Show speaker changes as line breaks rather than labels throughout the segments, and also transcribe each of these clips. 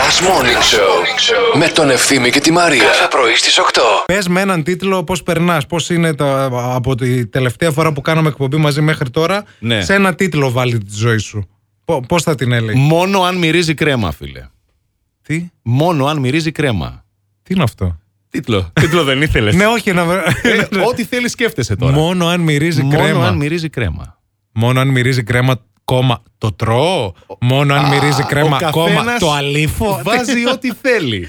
Last Morning Show με τον Ευθύμη και τη Μαρία. Κάθε πρωί στις 8.
Πες με έναν τίτλο πώς περνάς, πώς είναι τα, από τη τελευταία φορά που κάναμε εκπομπή μαζί μέχρι τώρα.
Ναι.
Σε ένα τίτλο βάλει τη ζωή σου. Πώς θα την έλεγε.
Μόνο αν μυρίζει κρέμα, φίλε.
Τι,
Μόνο αν μυρίζει κρέμα.
τι είναι αυτό.
Τίτλο. Τίτλο δεν ήθελες.
ναι, όχι να βρω.
ό,τι θέλεις, σκέφτεσαι τώρα.
Μόνο αν μυρίζει
Ε, Μόνο
κρέμα.
αν μυρίζει κρέμα.
Μόνο αν μυρίζει κρέμα, κόμμα. Το τρώω. Μόνο αν μυρίζει κρέμα,
Ο
κόμμα.
καθένας
Το αλήφω.
Βάζει ό,τι θέλει.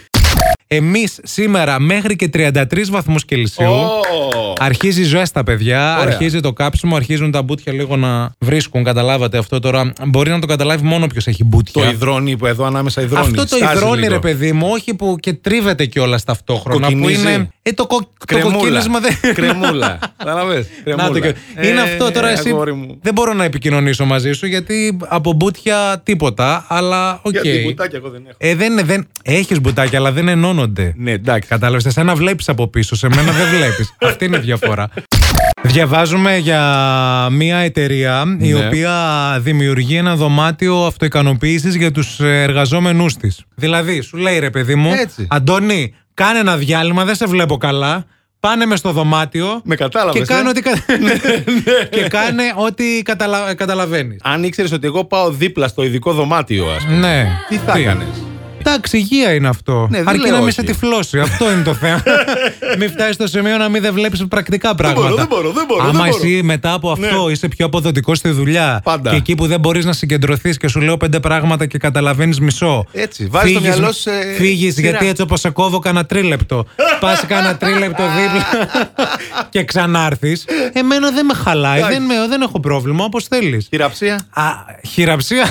Εμείς σήμερα μέχρι και 33 βαθμούς Κελσίου.
Ω.
Αρχίζει ζέστα, παιδιά.
Ωραία.
Αρχίζει το κάψιμο, αρχίζουν τα μπούτια λίγο να βρίσκουν. Καταλάβατε αυτό τώρα. Μπορεί να το καταλάβει μόνο ποιος έχει μπούτια.
Το υδρώνει που εδώ ανάμεσα υδρώνει.
Αυτό το
Στάζει
υδρώνει,
λίγο.
ρε παιδί μου, όχι που και τρίβεται κιόλας ταυτόχρονα.
Κοκκινίζει.
Που είναι. Ε, το, κο... το
Κρεμούλα.
κοκκίνισμα δεν.
Κρεμούλα. Καταλαβες,
Να το
κρεμούλα.
και- είναι
Ε,
αυτό τώρα εσύ.
αγόρι μου.
Δεν μπορώ να επικοινωνήσω μαζί σου γιατί από μπουτια τίποτα, αλλά οκ.
Γιατί μπουτάκια εγώ δεν έχω.
Ε, δεν, είναι- δεν... Έχεις μπουτάκια, αλλά δεν ενώνονται.
Ναι, εντάξει.
Κατάλαβες, εσένα βλέπεις από πίσω, σε μένα δεν βλέπεις. Αυτή είναι η διαφορά. Διαβάζουμε για μια εταιρεία η
Ναι.
οποία δημιουργεί ένα δωμάτιο αυτοικανοποίησης για τους εργαζόμενούς της. Δηλαδή, σου λέει ρε παιδί μου,
Έτσι.
Αντώνη, κάνε ένα διάλειμμα, δεν σε βλέπω καλά. Πάνε μες στο δωμάτιο
Με κατάλαβες,
και κάνε
ε. ναι.
ό,τι, κα- και κάνε ό,τι καταλα... καταλαβαίνεις.
Αν ήξερες ότι εγώ πάω δίπλα στο ειδικό δωμάτιο, ας πούμε.
Ναι.
Τι θα έκανε.
Εντάξει, υγεία είναι αυτό.
Ναι, δεν
Αρκεί
λέω
να μην
όχι.
σε τυφλώσει. Αυτό είναι το θέμα. μην φτάσεις στο σημείο να μην δεν βλέπεις πρακτικά πράγματα.
μπορώ, δεν μπορώ, δεν μπορώ,
Άμα
δεν μπορώ. Ναι.
εσύ μετά από αυτό είσαι πιο αποδοτικός στη δουλειά
Πάντα.
και εκεί που δεν μπορείς να συγκεντρωθείς και σου λέω πέντε πράγματα και καταλαβαίνεις μισό.
Έτσι, βάζεις το μυαλό σου σε
Φύγεις
σειρά.
γιατί έτσι όπως σε κόβω κανένα τρίλεπτο. Πας κανένα τρίλεπτο δίπλα και ξανάρθεις. Εμένα δεν με χαλάει. δεν, με- δεν έχω πρόβλημα όπως θέλεις.
Χειραψία.
Α, χειραψία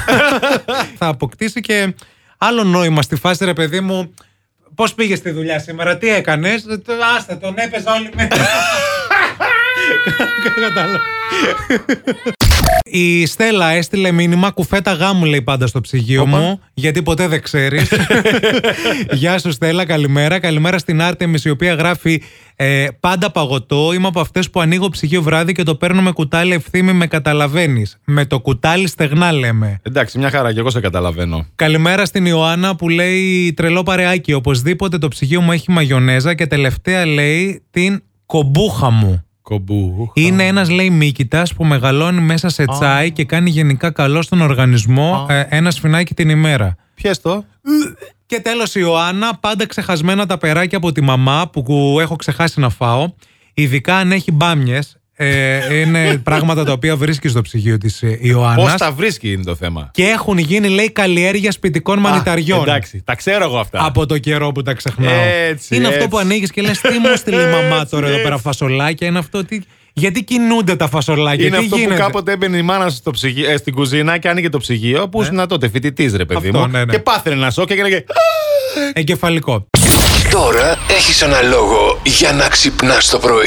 θα αποκτήσει και άλλο νόημα στη φάση, ρε παιδί μου. Πώς πήγες στη δουλειά σήμερα, τι έκανες. Άστα, τον έπαιζα όλη μέρα. Κα- κατάλαβα. Η Στέλλα έστειλε μήνυμα κουφέτα γάμου, λέει πάντα στο ψυγείο μου, γιατί ποτέ δεν ξέρεις. Γεια σου, Στέλλα, καλημέρα. Καλημέρα στην Άρτεμις η οποία γράφει ε, Πάντα παγωτό. Είμαι από αυτές που ανοίγω ψυγείο βράδυ και το παίρνω με κουτάλι ευθύμη, με καταλαβαίνεις. Με το κουτάλι στεγνά, λέμε.
Εντάξει, μια χαρά και εγώ σε καταλαβαίνω.
Καλημέρα στην Ιωάννα που λέει τρελό παρεάκι. Οπωσδήποτε το ψυγείο μου έχει μαγιονέζα και τελευταία λέει την κομπούχα μου.
Κομπού.
Είναι ένας, λέει, μύκητα που μεγαλώνει μέσα σε τσάι και κάνει γενικά καλό στον οργανισμό ε, ένα σφινάκι την ημέρα.
Πιες το.
Και τέλος η Ιωάννα, πάντα ξεχασμένα τα περάκια από τη μαμά που έχω ξεχάσει να φάω. Ειδικά αν έχει μπάμιες. Ε, είναι πράγματα τα οποία βρίσκει στο ψυγείο της
Πώ
Ιωάννα.
τα βρίσκει είναι το θέμα.
Και έχουν γίνει, λέει, καλλιέργεια σπιτικών μανιταριών.
Α, Εντάξει, τα ξέρω εγώ αυτά.
Από το καιρό που τα ξεχνάω.
Έτσι,
είναι αυτό
έτσι.
που ανοίγεις και λες: Τι μου στείλε η μαμά
Έτσι,
τώρα εδώ
έτσι.
πέρα φασολάκια. Είναι αυτό. Τι... Γιατί κινούνται τα φασολάκια,
είναι
τι
αυτό
γίνεται.
που κάποτε έμπαινε η μάνα σου στο ψυγείο- ε, στην κουζίνα και άνοιγε το ψυγείο που ήσουν τότε φοιτητής, ρε παιδί
Ναι. Αυτό,
μου.
ναι, ναι.
Και πάθαινε ένα σοκ και έλεγε.
Εγκεφαλικό.
Τώρα έχεις ένα λόγο για να ξυπνάς το πρωί.